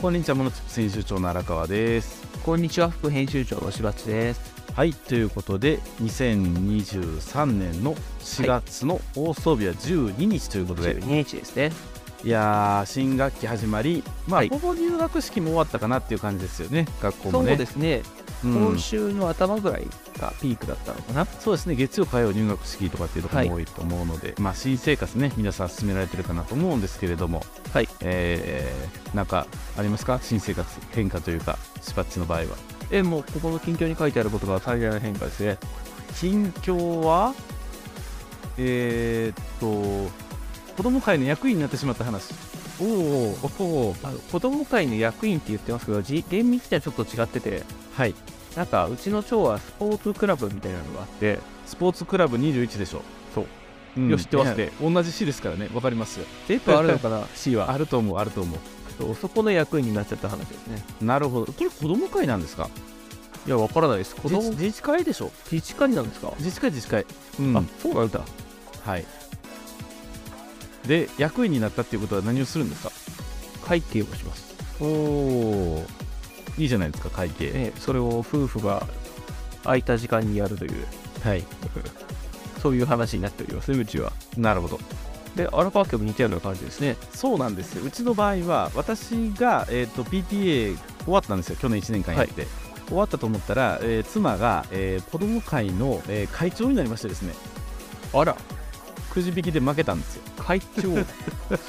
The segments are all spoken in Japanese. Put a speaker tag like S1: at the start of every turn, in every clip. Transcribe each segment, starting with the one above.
S1: こんにちは、ものつ編集長の荒川です。
S2: こんにちは副編集長の柴地です。
S1: はい、ということで、2023年の4月の放送日は12日ということで、い、
S2: 12日ですね。
S1: やー、新学期始まり、まあ、
S2: はい
S1: ほぼ入学式も終わったかなっていう感じですよね、学校
S2: そ
S1: も
S2: う
S1: ね。
S2: ですね、
S1: うん
S2: 今週の頭ぐらいがピークだったのかな。
S1: そうですね月曜、火曜入学式とかっていうところも
S2: は
S1: 多いと思うので、まあ、新生活ね皆さん進められてるかなと思うんですけれども、
S2: はい
S1: えーなんかありますか新生活変化というかスパッチの場合は
S2: えもうここの近況に書いてあることが最大の変化ですね。
S1: 近況はえーっと子ども会の役員になってしまった話
S2: おおおあの子供会の役員って言ってますけどじ厳密にはちょっと違ってて
S1: はい
S2: なんかうちの町はスポーツクラブみたいなのがあって
S1: スポーツクラブ21でしょ
S2: そう、
S1: うん
S2: よし知ってますね
S1: いや同じ市ですからねわかりますよ
S2: 全部あるのか な
S1: 市はあると思うあると思う
S2: そうそこの役員になっちゃった話ですね。
S1: なるほどこれ子ども会なんですか
S2: いやわからないです。子供
S1: 自治会でしょ
S2: 自治会なんですか、
S1: 自治会自治会うん
S2: あそうなんだ。
S1: はい。で、役員になったっていうことは何をするんですか
S2: 会計をします。
S1: おお。いいじゃないですか、会計。
S2: ね、それを夫婦が空いた時間にやるという、
S1: はい。
S2: そういう話になっておりますね、うちは。
S1: なるほど。
S2: で、荒川家も似たような感じですね。
S1: そうなんですよ。うちの場合は、私が、えー、と PTA 終わったんですよ、去年1年間やって。終わったと思ったら、えー妻が、えー子ども会の、えー会長になりましてですね、
S2: あら、
S1: くじ引きで負けたんですよ。
S2: 会長、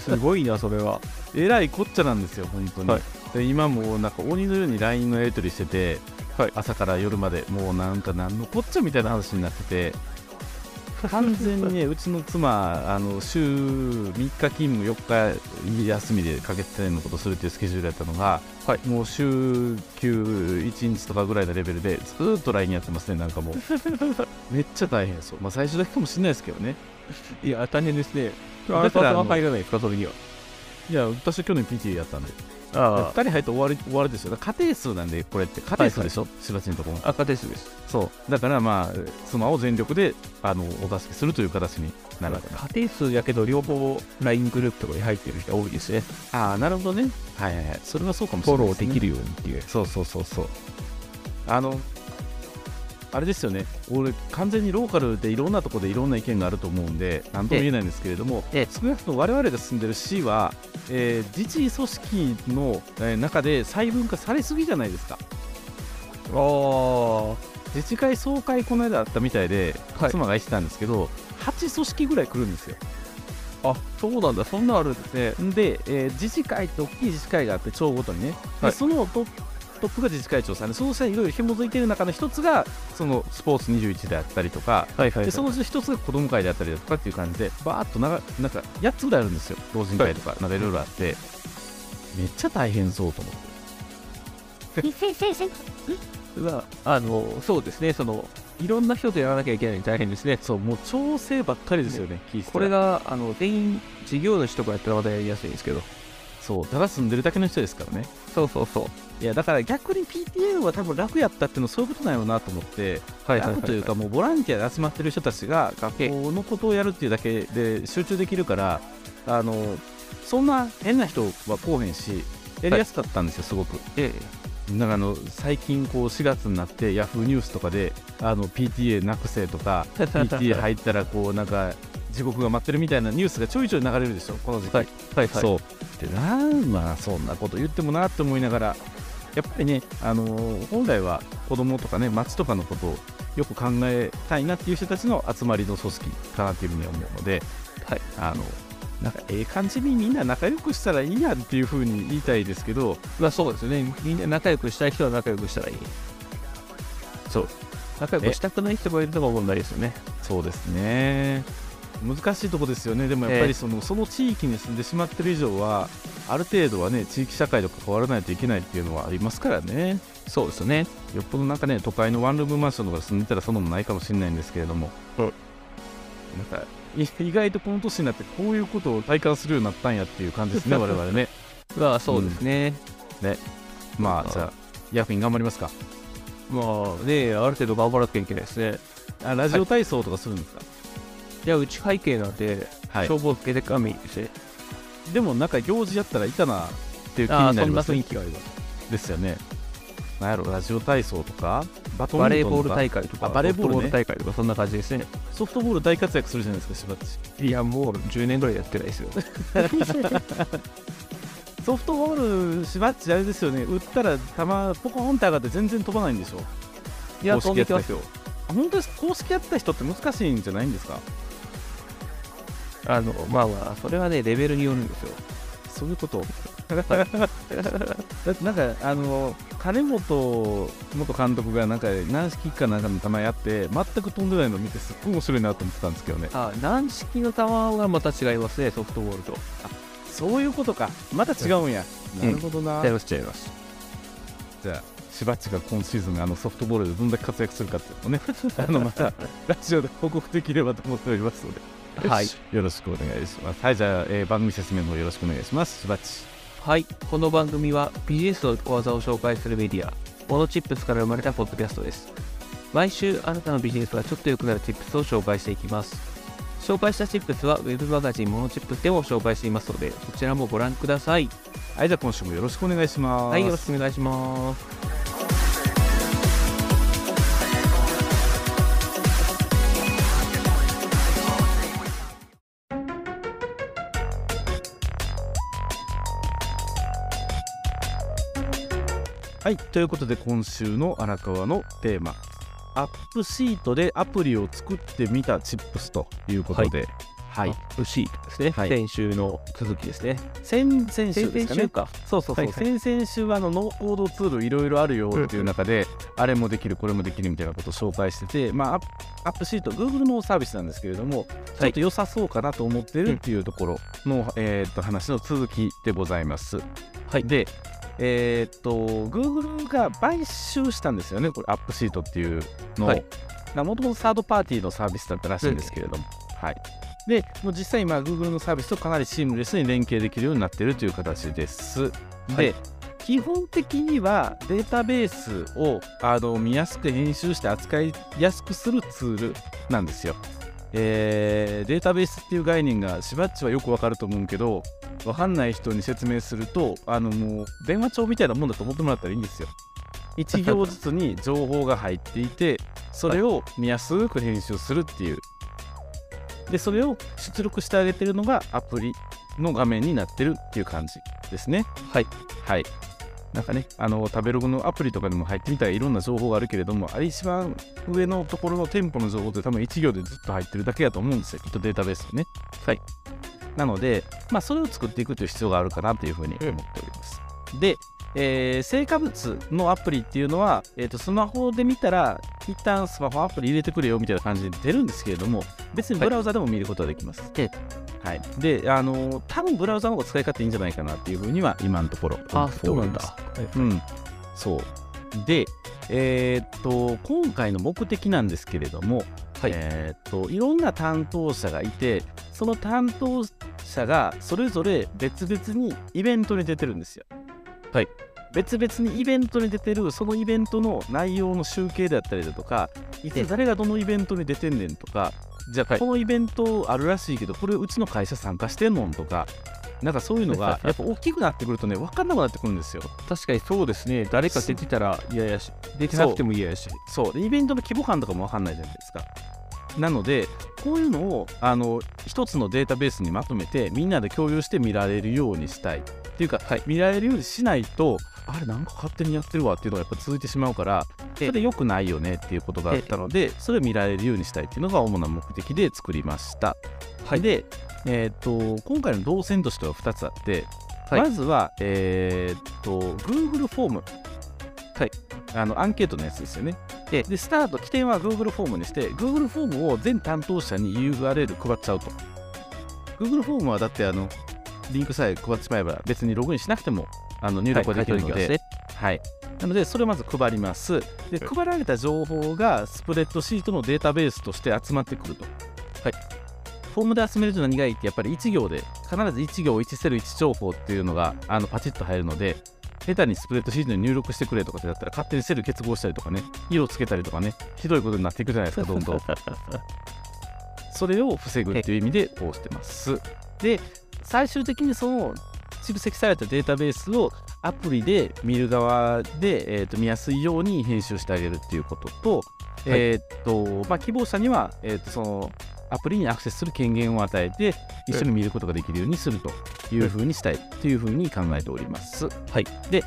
S2: すごいな、それは。
S1: えらいこっちゃなんですよ、本当に。
S2: はい
S1: で今もうなんか鬼のように LINE のやり取りしてて、
S2: はい
S1: 朝から夜までもうなんか何のこっちゃみたいな話になってて完全にねうちの妻あの週3日勤務4日休みでかけてのことするっていうスケジュールだったのが、
S2: はい
S1: もう週91日とかぐらいのレベルでずーっと LINE やってますねなんかもうめっちゃ大変そう、まあ、最初だけかもしれないですけどね
S2: いや、大変ですね。
S1: だから
S2: 荒川さん
S1: あ
S2: は
S1: の
S2: 入らないですか、それには。
S1: いや私は去年 PTA やったんで2
S2: あ
S1: 人入って終わり終わりですよだから家庭数なんでこれって家庭数でしょ、しばちのとこも
S2: あ、赤ですです。
S1: そうだからまあ妻を全力であのお助けするという形になる
S2: 家
S1: わけです
S2: 庭数やけど、両方 LINE グループとかに入ってる人が多いですね。
S1: ああなるほどねはいはいはいそれはそうかもし
S2: フ
S1: れ
S2: ォ
S1: な
S2: ロ
S1: い
S2: ーで
S1: ね
S2: きるようにっていう。
S1: そうそうそうそうあのあれですよね俺完全にローカルでいろんなところでいろんな意見があると思うんで何とも言えないんですけれども
S2: ええ
S1: 少なくとも我々が住んでる市は、えー自治組織の、えー中で細分化されすぎじゃないですか
S2: あ
S1: 自治会総会この間あったみたいで、
S2: はい
S1: 妻が言ってたんですけど8組織ぐらい来るんですよ
S2: あ、あ、そうなんだ、そんなのあるんですね。
S1: で、えー自治会って大きい自治会があって町ごとにね、で
S2: はい
S1: そのトップトップが自治会長さんでその下にいろいろ紐づいてる中の一つがそのスポーツ21であったりとか
S2: はいはい、
S1: でそのうち一つが子ども会であったりだとかっていう感じでバーっとながなんか8つぐらいあるんですよ老人会とかなんかいろいろあってめっちゃ大変そうと思って
S2: はあのそうですねそのいろんな人とやらなきゃいけないのに大変ですね
S1: そうもう調整ばっかりですよね聞いてたら
S2: これがあの全員事業主とかやったらまだやりやすいんですけど
S1: そうただ住んでるだけの人ですからね
S2: そうそうそう
S1: いやだから逆に PTA は多分楽やったっていうのはそういうことなんやろうなと思って
S2: は
S1: 楽というかもうボランティアで集まってる人たちが学校のことをやるっていうだけで集中できるからあのそんな変な人は来おへんしやりやすかったんですよ、すごく
S2: え
S1: なんかあの最近こう4月になってヤフーニュースとかであの PTA なくせと か PTA 入ったらこうなんか地獄が待ってるみたいなニュースがちょいちょい流れるでしょこの時期、
S2: はいはいはい
S1: そうでなんまあそんなこと言ってもなって思いながらやっぱりね、あのー本来は子供とかね町とかのことをよく考えたいなっていう人たちの集まりの組織かなっていうふうに思うので、
S2: はい
S1: あのなんかええ感じにみんな仲良くしたらいいやんっていうふうに言いたいですけど
S2: まあそうですねみんな仲良くしたい人は仲良くしたらいい
S1: そう
S2: 仲良くしたくない人もいるのが問題ですよね
S1: そうですね難しいとこですよねでもやっぱ
S2: え
S1: り
S2: え
S1: その,、その地域に住んでしまってる以上はある程度はね地域社会と関わらないといけないっていうのはありますからね
S2: そうですよね
S1: よっぽどなんかね都会のワンルームマンションとか住んでたらそんなのもないかもしれないんですけれども、
S2: うん
S1: なんかい意外とこの年になってこういうことを体感するようになったんやっていう感じ ですね我々ね
S2: まあそうですね、
S1: ま
S2: う
S1: あ
S2: ん
S1: じゃあ役員頑張りますか
S2: まあねある程度頑張らなきゃいけないですね
S1: あラジオ体操とかするんですか
S2: いやうち背景なんで、
S1: はい、
S2: 消防つけてかみですね
S1: でもなんか行事やったらいたなっていう気
S2: あー
S1: になります
S2: そん
S1: ね
S2: な雰囲気があります
S1: ですよねなんやろラジオ体操とかバトン
S2: バレーボ
S1: と
S2: ール
S1: か
S2: 大会とか
S1: あバレーボールね
S2: ソフト大会とかそんな感じですね
S1: ソフトボール大活躍するじゃないですか柴田氏
S2: いやもう10年ぐらいやってないですよ
S1: ソフトボール柴田氏あれですよね打ったら球ポコーンって上がって全然飛ばないんでしょ
S2: いや
S1: 公式
S2: 飛んできますよ
S1: あ本当です公式やった人って難しいんじゃないんですか
S2: あのまあまあそれはねレベルによるんですよ
S1: そういうこと。だってなんかあの金本元監督がなんか軟式かなんかの球やって全く飛んでないのを見てすっごい面白いなと思ってたんですけどね。
S2: あ軟式の球はまた違いますねソフトボールと
S1: そういうことか。また違うんや。
S2: うん
S1: なるほどな。
S2: 対応しちゃいます
S1: じゃあしばっちが今シーズンあのソフトボールでどんだけ活躍するかっていうのをね あのまたラジオで報告できればと思っておりますので。
S2: はい。
S1: よろしくお願いします。はいじゃあ、えー番組説明の方よろしくお願いします。しばっち。
S2: はい、この番組はビジネスの小技を紹介するメディア、モノチップスから生まれたポッドキャストです。毎週、あなたのビジネスがちょっと良くなるチップスを紹介していきます。紹介したチップスはウェブマガジンモノチップスでも紹介していますので、そちらもご覧ください。
S1: はいじゃあ今週もよろしくお願いします。
S2: はい、よろしくお願いします。
S1: はい、ということで今週の荒川のテーマ「アップシートでアプリを作ってみたチップス」ということで、はい
S2: あ、うしですね、
S1: はい
S2: 先週の続きですね。
S1: 先々週
S2: 先
S1: です
S2: 々
S1: か
S2: 週
S1: ね。
S2: か。
S1: そうそうそう、
S2: はいはい
S1: 先々週はあのノーコードツールいろいろあるよっていう中で、あれもできるこれもできるみたいなことを紹介してて、まあ、アップアップシート Google のサービスなんですけれどもちょっと良さそうかなと思ってるっていうところの、えーっと話の続きでございます。
S2: はい
S1: で、えーっと Google が買収したんですよねこれアップシートっていうのを。
S2: はい
S1: もともとサードパーティーのサービスだったらしいんですけれども。はいでもう実際今 Google のサービスとかなりシームレスに連携できるようになってるという形です。で、
S2: はい
S1: 基本的にはデータベースをあの見やすく編集して扱いやすくするツールなんですよ。えーデータベースっていう概念がしばっちはよくわかると思うけどわかんない人に説明するとあのもう電話帳みたいなもんだと思ってもらったらいいんですよ。1行ずつに情報が入っていてそれを見やすく編集するっていうでそれを出力してあげてるのがアプリの画面になってるっていう感じですね
S2: はい。
S1: はいなんかねあの食べログのアプリとかでも入ってみたらいろんな情報があるけれどもあれ一番上のところの店舗の情報って多分1行でずっと入ってるだけだと思うんですよきっとデータベースでね
S2: はい
S1: なのでまあそれを作っていくという必要があるかなというふうに思っております、で、えー成果物のアプリっていうのは、えー、とスマホで見たら一旦スマホアプリ入れてくれよみたいな感じで出るんですけれども別にブラウザでも見ることができます、
S2: え
S1: はい、であのー多分ブラウザの方が使い勝手いいんじゃないかなっていうふうには今のところ思
S2: あ、
S1: って
S2: そう
S1: お
S2: な
S1: り
S2: ん
S1: ます
S2: だ。
S1: うん、そうで、えーっと今回の目的なんですけれども、
S2: はい
S1: えーっといろんな担当者がいてその担当者がそれぞれ別々にイベントに出てるんですよ。
S2: はい
S1: 別々にイベントに出てるそのイベントの内容の集計であったりだとかい
S2: ええ
S1: つ誰がどのイベントに出てんねんとかじゃあ
S2: はい
S1: このイベントあるらしいけどこれうちの会社参加してんのんとかなんかそういうのがやっぱ大きくなってくるとね分かんなくなってくるんですよ。
S2: 確かにそうですね。誰か出てたら嫌やし、出てなくても嫌やし。
S1: そうでイベントの規模感とかも分かんないじゃないですか。なのでこういうのをあの一つのデータベースにまとめてみんなで共有して見られるようにしたいっていうか、見られるようにしないとあれなんか勝手にやってるわっていうのがやっぱ続いてしまうからそ
S2: ええ
S1: れで良くないよねっていうことがあったのでそれを見られるようにしたいっていうのが主な目的で作りました。
S2: はい
S1: で、えー、と今回の動線としては2つあって、
S2: はい
S1: まずは、えー、と Google フォーム、
S2: はい、
S1: あのアンケートのやつですよね。
S2: ええ
S1: でスタート起点は Google フォームにして Google フォームを全担当者に URL 配っちゃうと Google フォームはだってあのリンクさえ配ってしまえば別にログインしなくてもあの入力ができるので、
S2: はい回答き
S1: はい、なのでそれをまず配りますで
S2: はい
S1: 配られた情報がスプレッドシートのデータベースとして集まってくると、はい、フォームで集めると何がいいってやっぱり1行で必ず1行1セル1情報っていうのがあのパチッと入るので下手にスプレッドシートに入力してくれとかってだったら勝手にセル結合したりとかね色つけたりとかねひどいことになっていくじゃないですかどんどんそれを防ぐっていう意味でこうしてますで最終的にその蓄積されたデータベースをアプリで見る側で、えー、と見やすいように編集してあげるっていうことと,、えーとまあ、希望者には、えー、とそのアプリにアクセスする権限を与えて一緒に見ることができるようにするというふうにしたいというふうに考えております。
S2: はい、
S1: で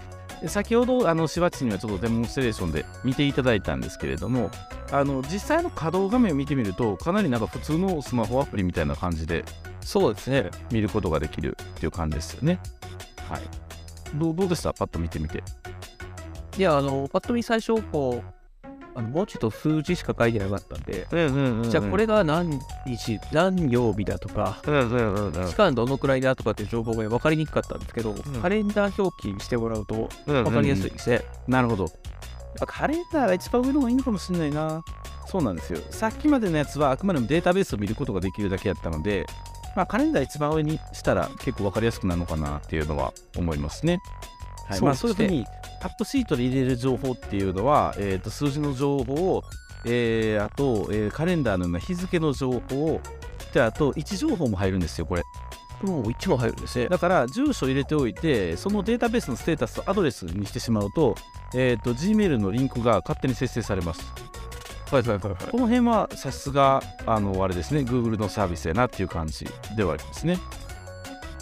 S1: 先ほどあのしばっちにはちょっとデモンストレーションで見ていただいたんですけれどもあの実際の稼働画面を見てみるとかなりなんか普通のスマホアプリみたいな感じで
S2: そうですね。
S1: 見ることができるっていう感じですよね。はい。どうどうでしたパッと見てみて。
S2: いや、あの、パッと見最初、こう、あの文字と数字しか書いてなかったんで、じ
S1: じ
S2: ゃあこ、れが何日、何曜日だとか、期間どのくらいだとかっていう情報が分かりにくかったんですけど、
S1: ん
S2: カレンダー表記にしてもらうと
S1: わ
S2: 分かりやすい。ですね。
S1: なるほど。あカレンダーが一番上の方がいいのかもしれないな。そうなんですよ。さっきまでのやつはあくまでもデータベースを見ることができるだけやったので、まあ、カレンダー一番上にしたら結構わかりやすくなるのかなっていうのは思いますね。はい
S2: そう
S1: まあ、
S2: です
S1: そう
S2: ね
S1: いうふうにタップシートで入れる情報っていうのは、えー、と数字の情報を、えーあと、えーカレンダーのような日付の情報をであと位置情報も入るんですよこれ
S2: もう一問入るんですね。
S1: だから住所入れておいてそのデータベースのステータスとアドレスにしてしまうと,、えー、と Gmail のリンクが勝手に生成されます
S2: はいはいはいはい。
S1: この辺はさすがあのあれですね Google のサービスやなっていう感じではありますね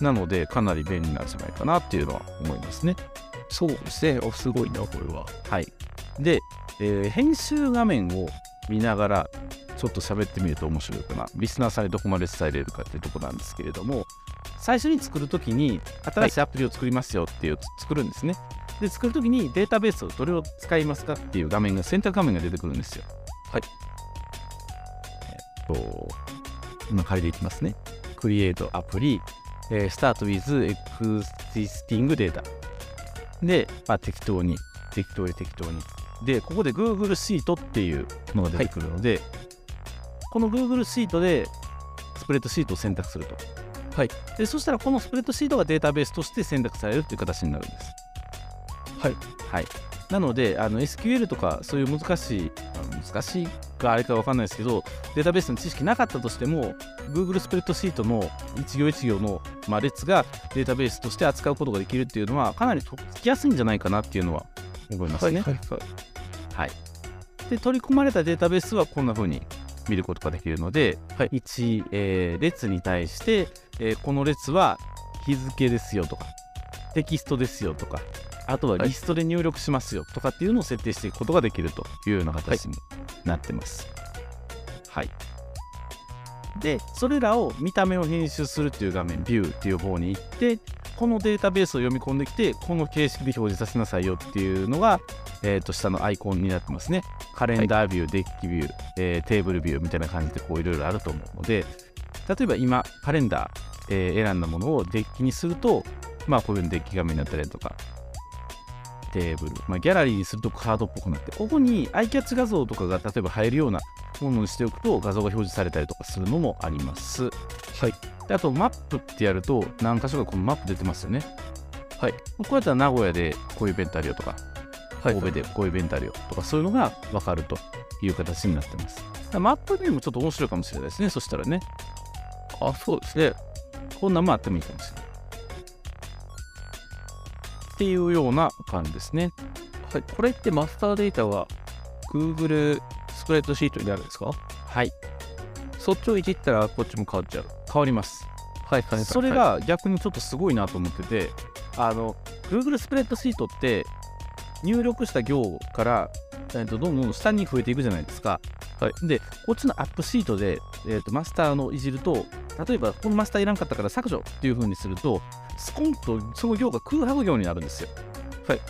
S1: なのでかなり便利なんじゃないかなっていうのは思いますね
S2: そうですね。おすごいな、これは。
S1: はいで、えー編集画面を見ながらちょっと喋ってみると面白いかなリスナーさんにどこまで伝えれるかっていうところなんですけれども最初に作るときに新しいアプリを作りますよっていう、作るんですねで作るときにデータベースをどれを使いますかっていう画面が選択画面が出てくるんですよ
S2: はい
S1: えっと今借りていきますね Create アプリ、えー、Start with Existing Data で、まあ、適当に適当に適当にでここで Google シートっていうのが出てくるので、この Google シートでスプレッドシートを選択すると。
S2: はい、
S1: でそしたらこのスプレッドシートがデータベースとして選択されるという形になるんです。
S2: はい。
S1: はい、なのであの SQL とかそういう難しいあの難しいかあれか分かんないですけどデータベースの知識なかったとしても Google スプレッドシートの一行一行の、まあ、列がデータベースとして扱うことができるっていうのはかなりとっつきやすいんじゃないかなっていうのは思いますね。
S2: はい
S1: はい、で取り込まれたデータベースはこんな風に見ることができるので、
S2: はい
S1: 1、えー列に対して、えーこの列は日付ですよとかテキストですよとかあとは
S2: はい
S1: リストで入力しますよとかっていうのを設定していくことができるというような形になってます。はい、でそれらを見た目を編集するっていう画面ビューっていう方に行ってこのデータベースを読み込んできてこの形式で表示させなさいよっていうのが、えー、と下のアイコンになってますねカレンダービュー、デッキビュー、えーテーブルビューみたいな感じでこういろいろあると思うので例えば今カレンダー、えー選んだものをデッキにするとまあこういうふうにデッキ画面になったりとかテーブル、まあ、ギャラリーにするとカードっぽくなってここにアイキャッチ画像とかが例えば入るようなものにしておくと画像が表示されたりとかするのもあります。
S2: はい
S1: であとマップってやると何箇所かこのマップ出てますよね。
S2: はい
S1: こうやったら名古屋でこういうイベントあるよとか
S2: はい。
S1: 神戸でこういうイベントあるよとかそういうのが分かるという形になってます。だからマップでもちょっと面白いかもしれないですね。そしたらね、
S2: あ、そうですね。
S1: こんなもんあってもいいかもしれない。っていうような感じですね。
S2: はい、これってマスターデータは Google スプレッドシートになるんですか
S1: はい、
S2: そっちをいじったらこっちも変わっちゃう。
S1: 変わります。
S2: はいはいはい。
S1: それ、が逆にちょっとすごいなと思ってて、あの Google スプレッドシートって入力した行から、えー、とどんどん下に増えていくじゃないですか。はい、でこっちのアップシートで、えー、とマスターのいじると例えばこのマスターいらんかったから削除っていう風にするとスコンとその行が空白行になるんですよ。はい、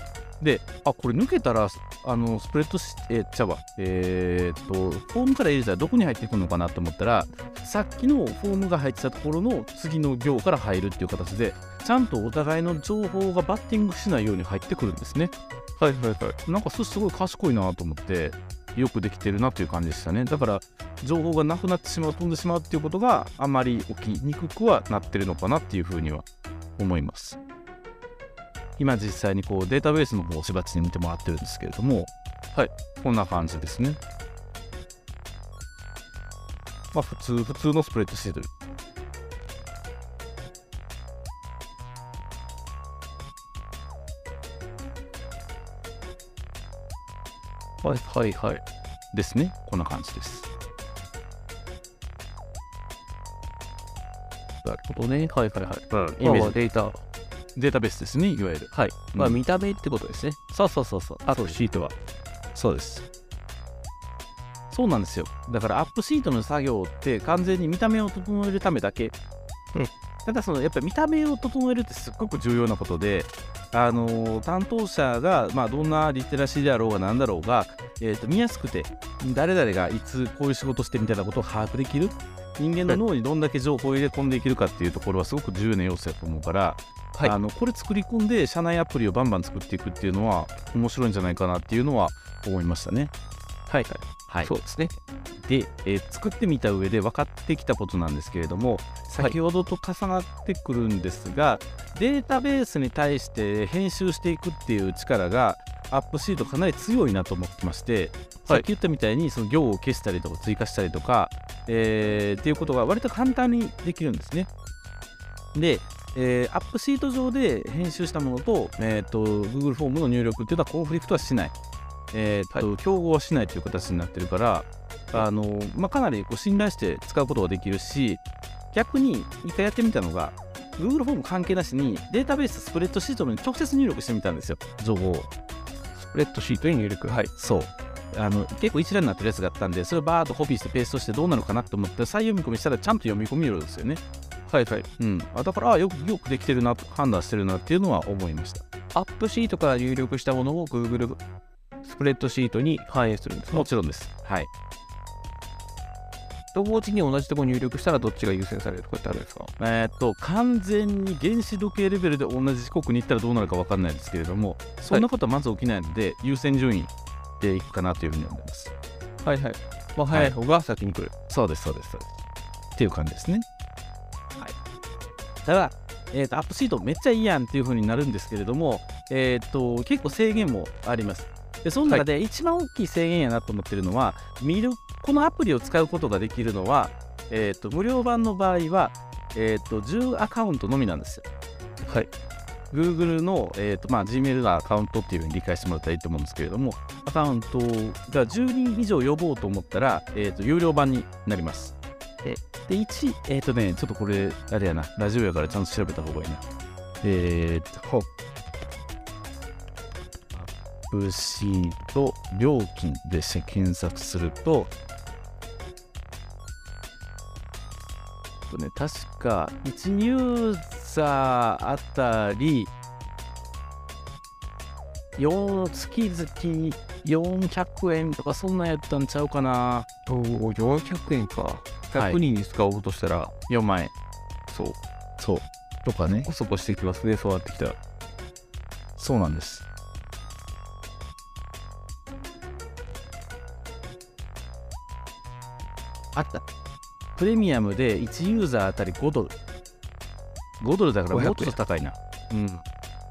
S1: であこれ抜けたらあのスプレッドシえー、ちゃうわえー、っとフォームから入れたらどこに入ってくるのかなと思ったらさっきのフォームが入ってたところの次の行から入るっていう形でちゃんとお互いの情報がバッティングしないように入ってくるんですね
S2: はいはいはい。
S1: なんかそれすごい賢いなと思ってよくできてるなという感じでしたねだから情報がなくなってしまう飛んでしまうっていうことがあまり起きにくくはなってるのかなっていうふうには思います今実際にこうデータベースの方をしばっちに見てもらってるんですけれども
S2: はい
S1: こんな感じですねまあ普通普通のスプレッドシート
S2: はいはいはい。
S1: ですねこんな感じです
S2: なるほどね。はいはいはい。
S1: イメー
S2: 今は
S1: ジ
S2: データ。
S1: データベースですねいわゆる
S2: はい。まあ
S1: うん
S2: 見た目ってことですね。
S1: そうそうそうそうあ
S2: そ
S1: と
S2: うです
S1: シートはそうですそうなんですよだからアップシートの作業って完全に見た目を整えるためだけ、
S2: うん
S1: ただそのやっぱり見た目を整えるってすっごく重要なことであのー担当者が、まあ、どんなリテラシーであろうが何だろうが、えー、と見やすくて誰々がいつこういう仕事してみたいなことを把握できる人間の脳にどんだけ情報を入れ込んでいけるかっていうところはすごく重要な要素だと思うから、
S2: はい
S1: あのこれ作り込んで社内アプリをバンバン作っていくっていうのは面白いんじゃないかなっていうのは思いましたね。
S2: はいはい。
S1: はい
S2: そうですね。
S1: で、えー作ってみた上で分かってきたことなんですけれども先ほどと重なってくるんですが、データベースに対して編集していくっていう力がアップシートかなり強いなと思ってきまして、
S2: はい
S1: さっき言ったみたいにその行を消したりとか追加したりとか、えーっていうことが割と簡単にできるんですね。で、えーアップシート上で編集したものと,、えー、と Google フォームの入力っていうのはコンフリクトはしない、えーと競合はしないという形になってるからあの、まあ、かなりこう信頼して使うことができるし逆に一回やってみたのが Google フォーム関係なしにデータベーススプレッドシートに直接入力してみたんですよ情報を
S2: スプレッドシートに入力。はい。
S1: そうあの結構一覧になってるやつがあったんでそれをバーッとコピーしてペーストしてどうなのかなと思って再読み込みしたらちゃんと読み込みるんですよね
S2: はいはい。
S1: うんあだからあよくよくできてるなと判断してるなっていうのは思いました
S2: アップシートから入力したものを Google スプレッドシートに反映するんですか
S1: もちろんですはい
S2: 同時に同じところ入力したらどっちが優先されるとかってあるんですか
S1: えーっと完全に原子時計レベルで同じ時刻に行ったらどうなるか分かんないですけれどもそんなことはまず起きないので、優先順位でいくかなというふうに思います
S2: はいはい。まあ、早い方が先に来る。
S1: そうです、そうです、そうです。っていう感じですね。はい、ただ、えーと、アップシートめっちゃいいやんっていう風になるんですけれども、えー、と結構制限もあります。でその中で一番大きい制限やなと思ってるのは、見るこのアプリを使うことができるのは、えー、と無料版の場合は、えー、と10アカウントのみなんですよ。
S2: はい。
S1: Google の、えーとまあ、Gmail のアカウントっていうふうに理解してもらったらいいと思うんですけれども、アカウントが10人以上呼ぼうと思ったら、えー、と有料版になります。で、で1、えっ、とね、ちょっとこれ、あれやな、ラジオやからちゃんと調べた方がいいな。えっ、と、アップシート料金で検索すると、えっとね、確か1ユーザーあたり4月々400円とかそんなんやったんちゃうかな
S2: おお、400円か。
S1: はい
S2: 100人に使おうとしたら、
S1: 4万円
S2: そう、
S1: そうとかね
S2: コソコしてきますね、そうなってきたら。
S1: そうなんですあったプレミアムで1ユーザーあたり5ドル5ドルだからもっ
S2: 500
S1: と
S2: 円
S1: 高いなうん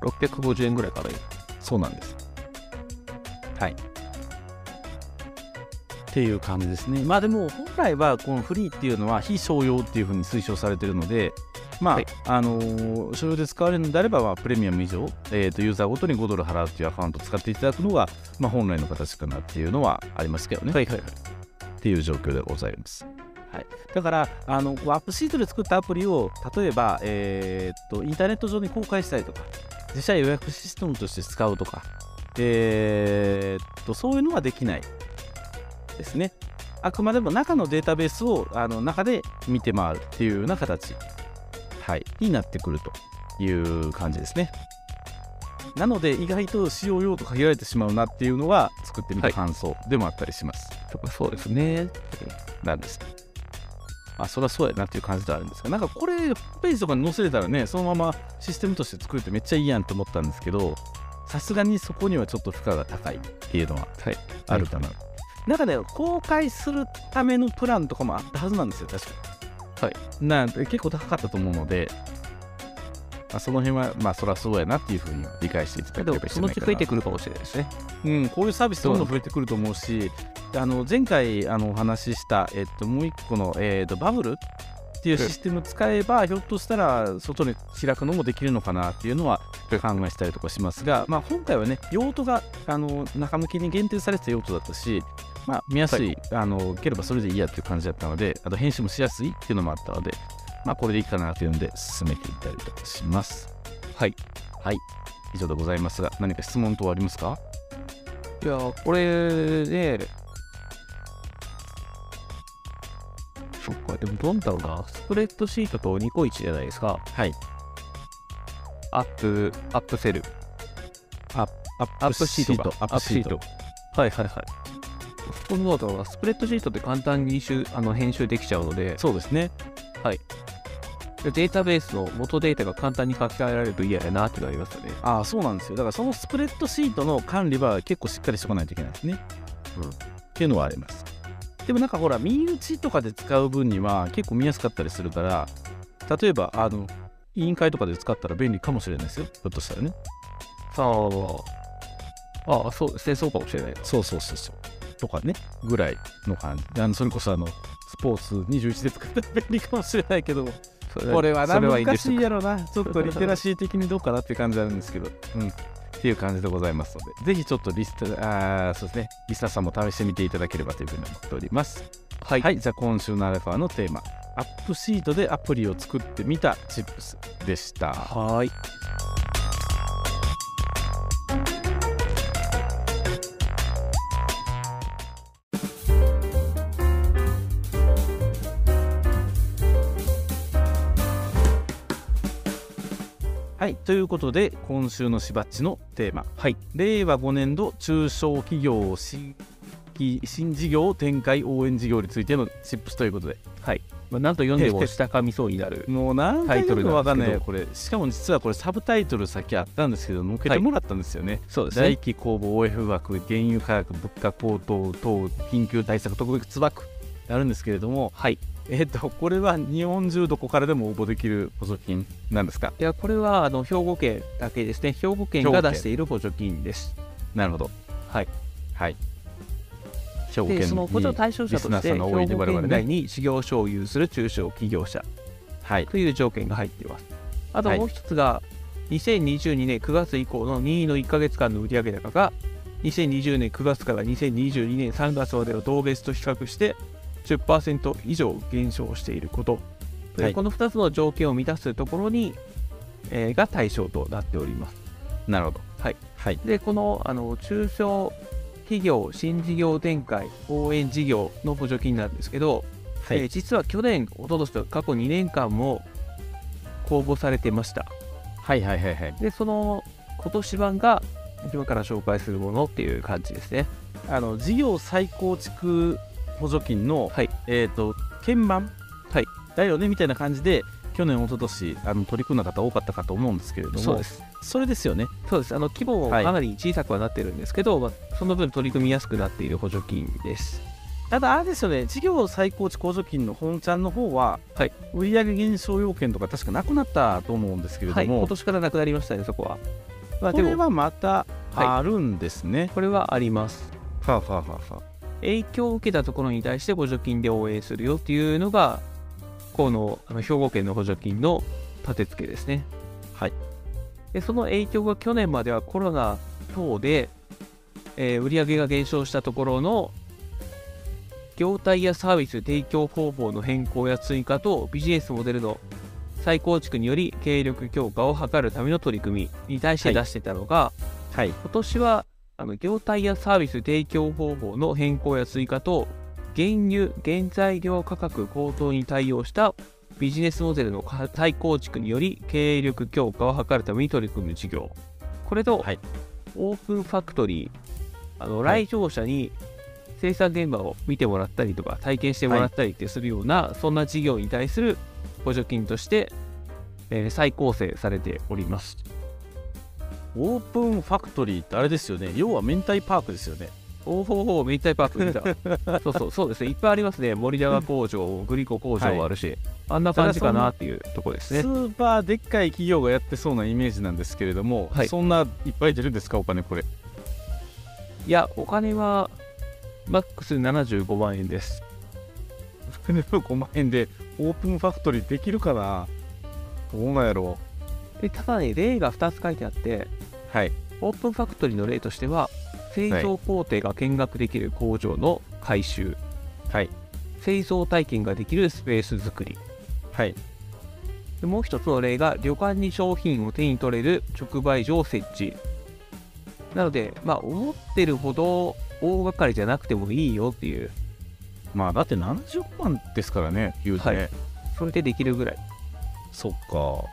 S2: 650円ぐらいかな。
S1: そうなんです。はい。っていう感じですね。まあでも本来はこのフリーっていうのは非商用っていうふうに推奨されてるので、まあ、
S2: はい
S1: あのー商用で使われるのであれば、まあ、プレミアム以上、えーとユーザーごとに5ドル払うっていうアカウントを使っていただくのが、まあ、本来の形かなっていうのはありますけどね。
S2: はいはいはい。
S1: っていう状況でございます。はい、だからあのこうアップシートで作ったアプリを例えば、えーっとインターネット上に公開したりとか自社予約システムとして使うとか、えーっとそういうのはできないですね。あくまでも中のデータベースをあの中で見て回るっていうような形、はい、になってくるという感じですね。なので意外と使用用途限られてしまうなっていうのは作ってみた感想でもあったりします。
S2: やっぱそうですね。
S1: なんです。まあ、それはそうやなっていう感じではあるんですが、なんかこれ、ホームページとかに載せれたらね、そのままシステムとして作るってめっちゃいいやんと思ったんですけど、さすがにそこにはちょっと負荷が高いっていうのは
S2: はい。
S1: あるかな。なんかね、公開するためのプランとかもあったはずなんですよ、確か。
S2: はい。
S1: なんで結構高かったと思うので、まあ、その辺は、まあ、そりゃそうやなっていうふうには理解していただけ
S2: で
S1: れ
S2: も
S1: ばいいんじ
S2: そ
S1: ゃない
S2: の
S1: う
S2: ち
S1: か
S2: 増え
S1: な
S2: てくるかもしれないですね。
S1: うん、こういうサービスどんどん増えてくると思うし、あの前回あのお話しした、えっと、もう一個の、えっと、バブルっていうシステムを使えば、ひょっとしたら外に開くのもできるのかなっていうのは考えしたりとかしますが、まあ、今回はね、用途があの中向きに限定されてた用途だったし、まあ、見やすい、あのければそれでいいやっていう感じだったので、あと編集もしやすいっていうのもあったので、まあ、これでいいかなというので、進めていったりとかします。
S2: はい。
S1: はい、以上でございますが、何か質問等ありますか
S2: いやー、これね、そっか、でもどうなんだろうな、スプレッドシートとニコイチじゃないですか。
S1: はい。
S2: アップ、アップセル。
S1: ア
S2: アップシートか。
S1: アップシート。。
S2: はいはいはい。このどうだろうな、スプレッドシートって簡単に集あの編集できちゃうので、
S1: そうですね。
S2: でデータベースの元データが簡単に書き換えられると嫌やなってなりますよね。
S1: ああそうなんですよだからそのスプレッドシートの管理は結構しっかりしてこないといけないですね、
S2: う
S1: っ
S2: ん
S1: ていうのはありますでもなんかほら身内とかで使う分には結構見やすかったりするから例えばあの委員会とかで使ったら便利かもしれないですよひょっとしたらね
S2: さあ、ああ、そうですね、そうかもしれないな。
S1: そうそうそうそうとかねぐらいの感じあのそれこそあのスポーツ21で使ったら便利かもしれないけど
S2: そ
S1: これはな
S2: それはいいん
S1: 難
S2: です
S1: しいやろなちょっとリテラシー的にどうかなっていう感じあるんですけど、うん、っていう感じでございますのでぜひちょっとリスタあーそうですねリスナーさんも試してみていただければというふうに思っております
S2: はい。
S1: はい、じゃあ今週のアルファのテーマアップシートでアプリを作ってみたチップスでした
S2: はーい。
S1: はいということで今週のしばっちのテーマ
S2: はい。
S1: 令和5年度中小企業新規新事業展開応援事業についてのチップスということで
S2: はい。まあ、なんと読んでも下噛みそうになる。
S1: もう何回
S2: タイト
S1: 読
S2: ル
S1: むか
S2: なん
S1: 分かん
S2: ですけど
S1: ないよこれしかも実はこれサブタイトル先あったんですけど抜け
S2: は
S1: て
S2: い
S1: もらったんですよね、
S2: そうです
S1: 大
S2: ね。
S1: 気公募 OF 枠原油価格物価高騰等緊急対策特別枠あるんですけれども
S2: はい。
S1: えっとこれは日本中どこからでも応募できる補助金なんですか
S2: いや、これは、あの、兵庫県だけですね。兵庫県
S1: 兵庫
S2: が
S1: 県
S2: 出している補助金です。
S1: なるほど
S2: はい。
S1: はい兵庫県
S2: で、
S1: に
S2: その補助対象者と
S1: リスナー
S2: して、
S1: さん
S2: 兵
S1: の多いね
S2: 庫
S1: 我々ね
S2: 県内に事業所を有する中小企業者
S1: はい
S2: という条件が入っています。あと
S1: はい
S2: もう一つが、2022年9月以降の任意の1ヶ月間の売上高が、2020年9月から2022年3月までの同別と比較して10%以上減少していること。という
S1: はい
S2: この2つの条件を満たすところに、えーが対象となっております。
S1: なるほど
S2: はい
S1: はい
S2: でこのあの中小企業新事業展開応援事業の補助金なんですけど、
S1: はい
S2: えー実は去年おととしと過去2年間も公募されてました
S1: はいはいはいはい
S2: でその今年版が今から紹介するものっていう感じですね
S1: あの事業再構築補助金の、
S2: はい
S1: えっ、と鍵盤、
S2: はい
S1: だよねみたいな感じで去年一昨年あの取り組んだ方多かったかと思うんですけれども
S2: す
S1: それですよね
S2: そうですあの規模も
S1: はい
S2: かなり小さくはなってるんですけど、まあ、その分取り組みやすくなっている補助金です
S1: ただあれですよね事業再構築補助金の本ちゃんの方は、
S2: はい
S1: 売上減少要件とか確かなくなったと思うんですけれど
S2: はい
S1: も、
S2: 今年からなくなりましたねそこは、まあ、
S1: こ
S2: で
S1: れ
S2: も
S1: はまた
S2: はい
S1: あるんですね、
S2: これはあります
S1: はあはあはあは
S2: 影響を受けたところに対して補助金で応援するよっていうのがこのあの兵庫県の補助金の立て付けですね
S1: はい
S2: でその影響が去年まではコロナ等で、えー売上が減少したところの業態やサービス提供方法の変更や追加とビジネスモデルの再構築により経営力強化を図るための取り組みに対して出してたのが、
S1: あはい
S2: 今年はあの業態やサービス提供方法の変更や追加と原油原材料価格高騰に対応したビジネスモデルの再構築により経営力強化を図るために取り組む事業これと、
S1: はい
S2: オープンファクトリーあの
S1: は
S2: 来場者に生産現場を見てもらったりとか体験してもらったりってするような、そんな事業に対する補助金として、えー再構成されております
S1: オープンファクトリーってあれですよね要は明太パークですよね
S2: おおほほ、明太パーク見 た。そうそう、そうですね。いっぱいありますね。森永工場、グリコ工場もあるし、あんな感じかなっていうところです
S1: ス
S2: ね。
S1: ーパーでっかい企業がやってそうなイメージなんですけれども、
S2: はい
S1: そんないっぱい出るんですかお金これ
S2: いや、お金は、マックス75万円です。
S1: 5万円でオープンファクトリーできるかなどうなんやろ
S2: でただね例が2つ書いてあって
S1: はい
S2: オープンファクトリーの例としては製造工程が見学できる工場の改修
S1: はい
S2: 製造体験ができるスペース作り
S1: はい
S2: でもう一つの例が旅館に商品を手に取れる直売所を設置なのでまあ思ってるほど大掛かりじゃなくてもいいよっていう
S1: まあだって70万ですからね言うてね、
S2: はいそれでできるぐらい
S1: そっか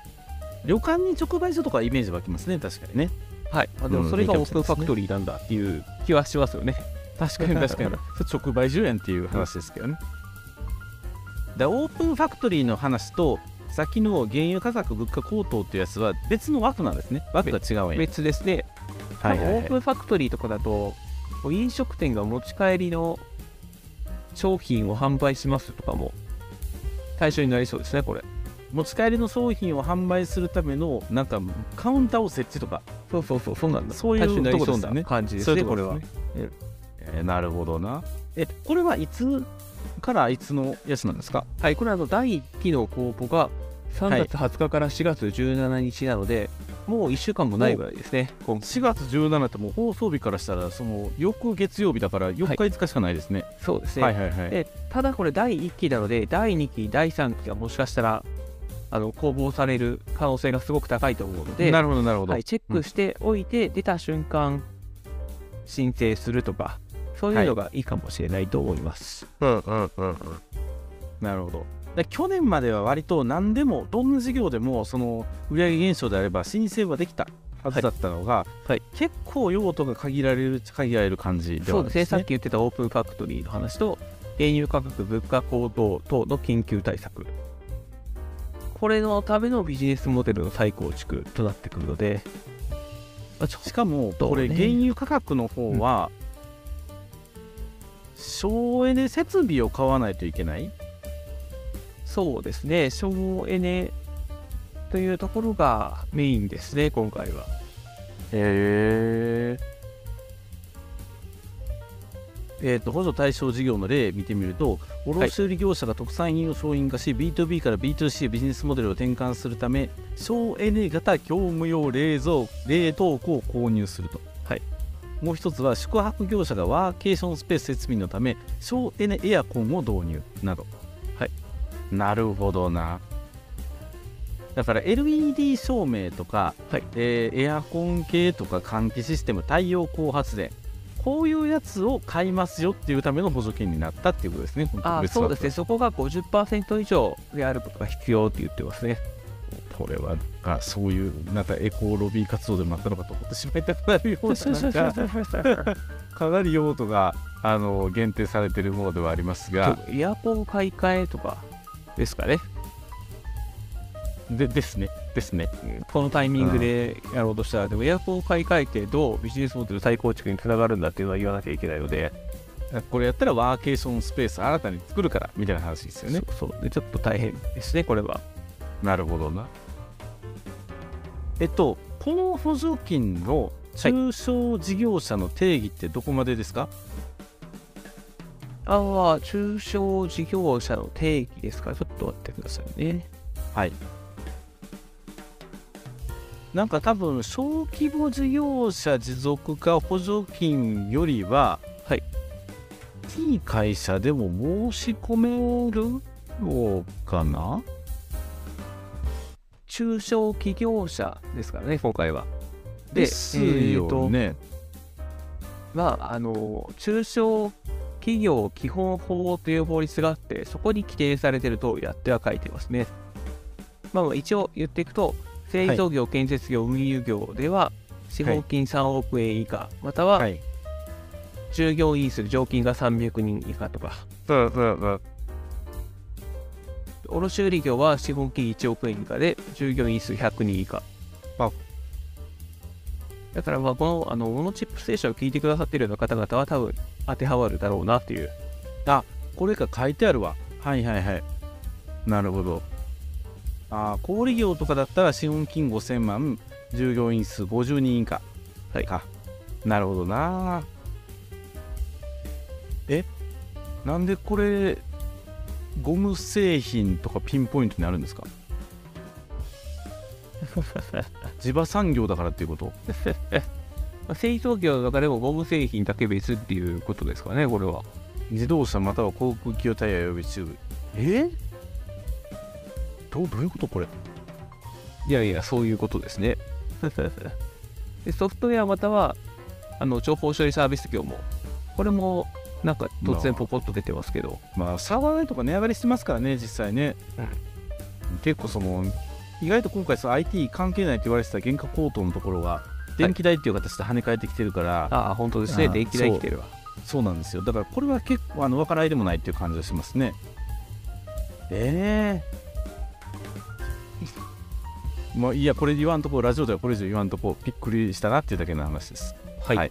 S1: 旅館に直売所とかイメージ湧きますね確かにね
S2: はい、あで
S1: う
S2: も
S1: ん
S2: それが
S1: いいかも
S2: オ
S1: しれ
S2: ー
S1: ないです
S2: プン
S1: ね
S2: ファクトリーなんだっていう気はしますよね確 かに確かに
S1: それ直売所やんっていう話ですけどねでオープンファクトリーの話と先の原油価格物価高騰っていうやつは別の枠なんですね枠が違うんや
S2: 別ですね
S1: はいはい
S2: オープンファクトリーとかだとこう飲食店が持ち帰りの商品を販売しますとかも対象になりそうですねこれ
S1: 持ち帰りの商品を販売するためのなんかカウンターを設置とか
S2: そうそうそうそうなんだ
S1: そういう
S2: 対象になり
S1: と
S2: そ
S1: こで
S2: う
S1: すよね
S2: な感じで
S1: そう
S2: す
S1: い
S2: ね
S1: うとこですねえーなるほどなえこれはいつからいつのやつなんですか
S2: はいこれあの第1期の公募が3
S1: はい
S2: 月20日から4月17日なので、もう1週間もないぐらいですね今
S1: 4月17ってもう放送日からしたらその翌月曜日だから4日5日しかないですね、
S2: そうですね、
S1: はい、はいはい
S2: でただこれ第1期なので第2期第3期がもしかしたらあの公募される可能性がすごく高いと思うので
S1: なるほどなるほど、
S2: はい、チェックしておいて、出た瞬間申請するとかそういうのがいいかもしれないと思います、
S1: うんうんうんうんなるほどで去年までは割と何でもどんな事業でもその売上減少であれば申請はできたはずだったのが、
S2: いはい
S1: 結構用途が限られる限られる感じでは
S2: そ
S1: あ
S2: う
S1: るん
S2: で
S1: ですす
S2: ね
S1: ね
S2: さっき言ってたオープンファクトリーの話と原油価格物価高騰等の緊急対策これのためのビジネスモデルの再構築となってくるので、まあちょ
S1: しかも
S2: ど
S1: こ
S2: うね
S1: れ原油価格の方は、省エネ設備を買わないといけない
S2: そうですね省エネというところがメインですね今回は
S1: へえーと補助対象事業の例見てみると、卸売業者が特産品を商品化し、B2B から B2C へビジネスモデルを転換するため、省エネ型業務用冷蔵冷凍庫を購入すると、
S2: はい
S1: もう一つは宿泊業者がワーケーションスペース設備のため、省エネエアコンを導入など、
S2: はい
S1: なるほどな。だから LED 照明とか、
S2: はい
S1: えーエアコン系とか換気システム太陽光発電こういうやつを買いますよっていうための補助金になったっていうことですね
S2: あーそうですね
S1: ね
S2: そこが50%以上であることが必要って言ってますね
S1: これはあそういうなんかエコロビー活動でもあったのかと思ってしまいたくなるような なん かかなり用途があの限定されているものではありますが
S2: エアコン買い替えとかですかね
S1: でですねですね
S2: このタイミングでやろうとしたらでもエアコン買い替えてどうビジネスモデル再構築につながるんだっていうのは言わなきゃいけないので
S1: これやったらワーケーションスペース新たに作るからみたいな話ですよね
S2: そうそうでちょっと大変ですねこれは
S1: なるほどな。えっと、この補助金の中小事業者の定義ってどこまでですか、
S2: ああ中小事業者の定義ですからちょっと待ってくださいね
S1: なんか多分小規模事業者持続化補助金よりは、
S2: はい、
S1: いい会社でも申し込めるのかな
S2: 中小企業者ですからね今回はで
S1: ですよね。
S2: まあ、あの中小企業基本法という法律があってそこに規定されている通りだっては書いてますね、まあまあ、一応言っていくと製造業、建設業運輸業では資本金3億円以下、または
S1: はい。
S2: 従業員数常勤が300人以下とか
S1: そうそうそう。
S2: 卸売業は資本金1億円以下で従業員数100人以下
S1: あ
S2: だからまあこのあのモノチップステーションを聞いてくださっているような方々は多分当てはまるだろうなっていう
S1: これか書いてあるわはいはいはいなるほどあー小売業とかだったら資本金5000万従業員数50人以下
S2: はい
S1: かなるほどなえなんでこれゴム製品とかピンポイントにあるんです か地場産業だからっていうこと
S2: まあ製造業の中でもゴム製品だけ別っていうことですかね、これは。
S1: 自動車または航空機用タイヤ予備チューブえどうどういうことこれ
S2: いやいや、そういうことですね。 でソフトウェアまたは、あの、情報処理サービス業も、これも、なんか突然ポコッと出てますけど、
S1: まあサーバー代とか値上がりしてますからね実際ね、結構その意外と今回その IT 関係ないって言われてた原価高騰のところが電気代っていう形で跳ね返ってきてるから、
S2: ああ、本当ですね、
S1: ああ
S2: 電気代来てるわ。
S1: そうなんですよだからこれは結構あの分からないでもないっていう感じがしますねええまあいやこれ言わんとこラジオではこれ以上言わんとこびっくりしたなっていうだけの話です
S2: はい。
S1: はい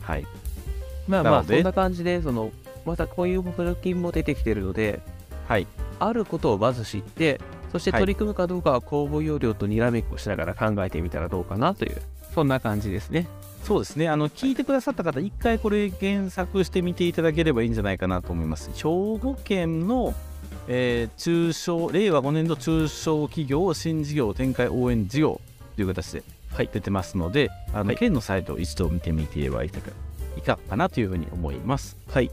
S1: はい
S2: まあま
S1: な
S2: あ、
S1: の
S2: そ
S1: で
S2: んな感じで、その、またこういう補助金も出てきてるので、
S1: はい
S2: あることをまず知って、そして
S1: はい
S2: 取り組むかどうかは公募要領とにらめっこしながら考えてみたらどうかなという、そんな感じですね。
S1: そうですねあの聞いてくださった方一回これ検索してみていただければいいんじゃないかなと思います兵庫県の、えー中小令和5年度中小企業新事業展開応援事業という形で出てますので、あの
S2: はい
S1: 県のサイトを一度見てみてはいかがいかがかなというふうに思います
S2: はい。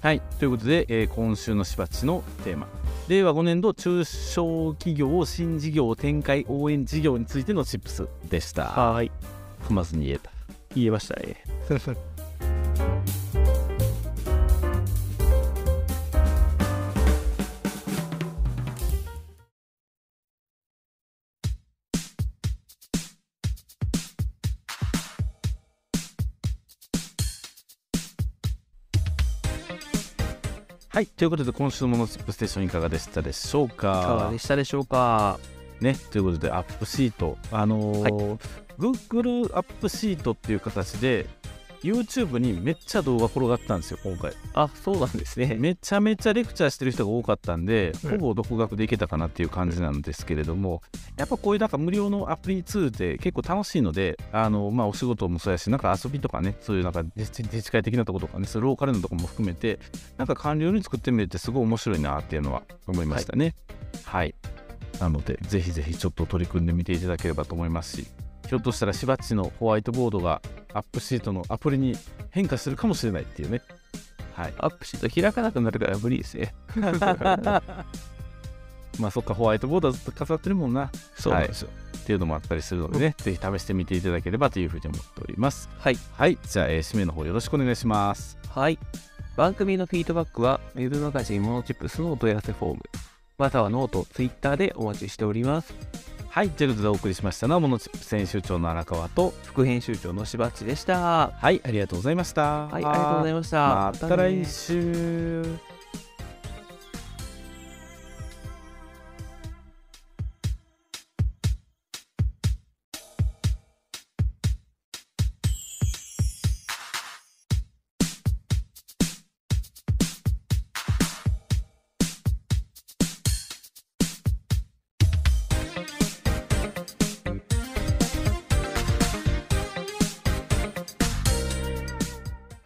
S1: はい、ということで、えー今週のしばちのテーマ令和5年度中小企業新事業展開応援事業についてのチップスでした
S2: はーい。
S1: 踏まずに言えた
S2: 言えましたね。
S1: はい、ということで今週の「モノチップステーション」いかがでしたでしょう
S2: いかが
S1: か
S2: で。したでしょうか
S1: ね、ということでアップシート、あのー Google アップシートっていう形で YouTube にめっちゃ動画転がったんですよ今回
S2: あ、そうなんですね。
S1: めちゃめちゃレクチャーしてる人が多かったんで
S2: う
S1: ほ
S2: ん
S1: ぼ独学でいけたかなっていう感じなんですけれどもやっぱこういうなんか無料のアプリツールって結構楽しいのであの、まあ、お仕事もそうやしなんか遊びとかねそういうなんか自治自治会的なとことかねそういうローカルのとこも含めてなんか官僚に作ってみるってすごい面白いなっていうのは思いましたね。はい、なのでぜひぜひちょっと取り組んでみていただければと思いますしひょっとしたらしばっちのホワイトボードがアップシートのアプリに変化するかもしれないっていうね。はい
S2: アップシート開かなくなるから無理ですね。
S1: まあそっかホワイトボードはずっと飾ってるもんな
S2: そうなんですよ。
S1: っていうのもあったりするのでね、ぜひ試してみていただければというふうに思っております
S2: はい。
S1: はいじゃあ、えー締めの方よろしくお願いします
S2: はい。番組のフィードバックは、ウェブマガジンモノチップスのお問い合わせフォーム、またはノート、ツイッターでお待ちしております。
S1: はいということでお送りしましたのはモノチップ編集長の荒川と
S2: 副編集長のしばっちでした。はい、
S1: はいありがとうございました
S2: ありがとうございました。
S1: また
S2: ね
S1: 来週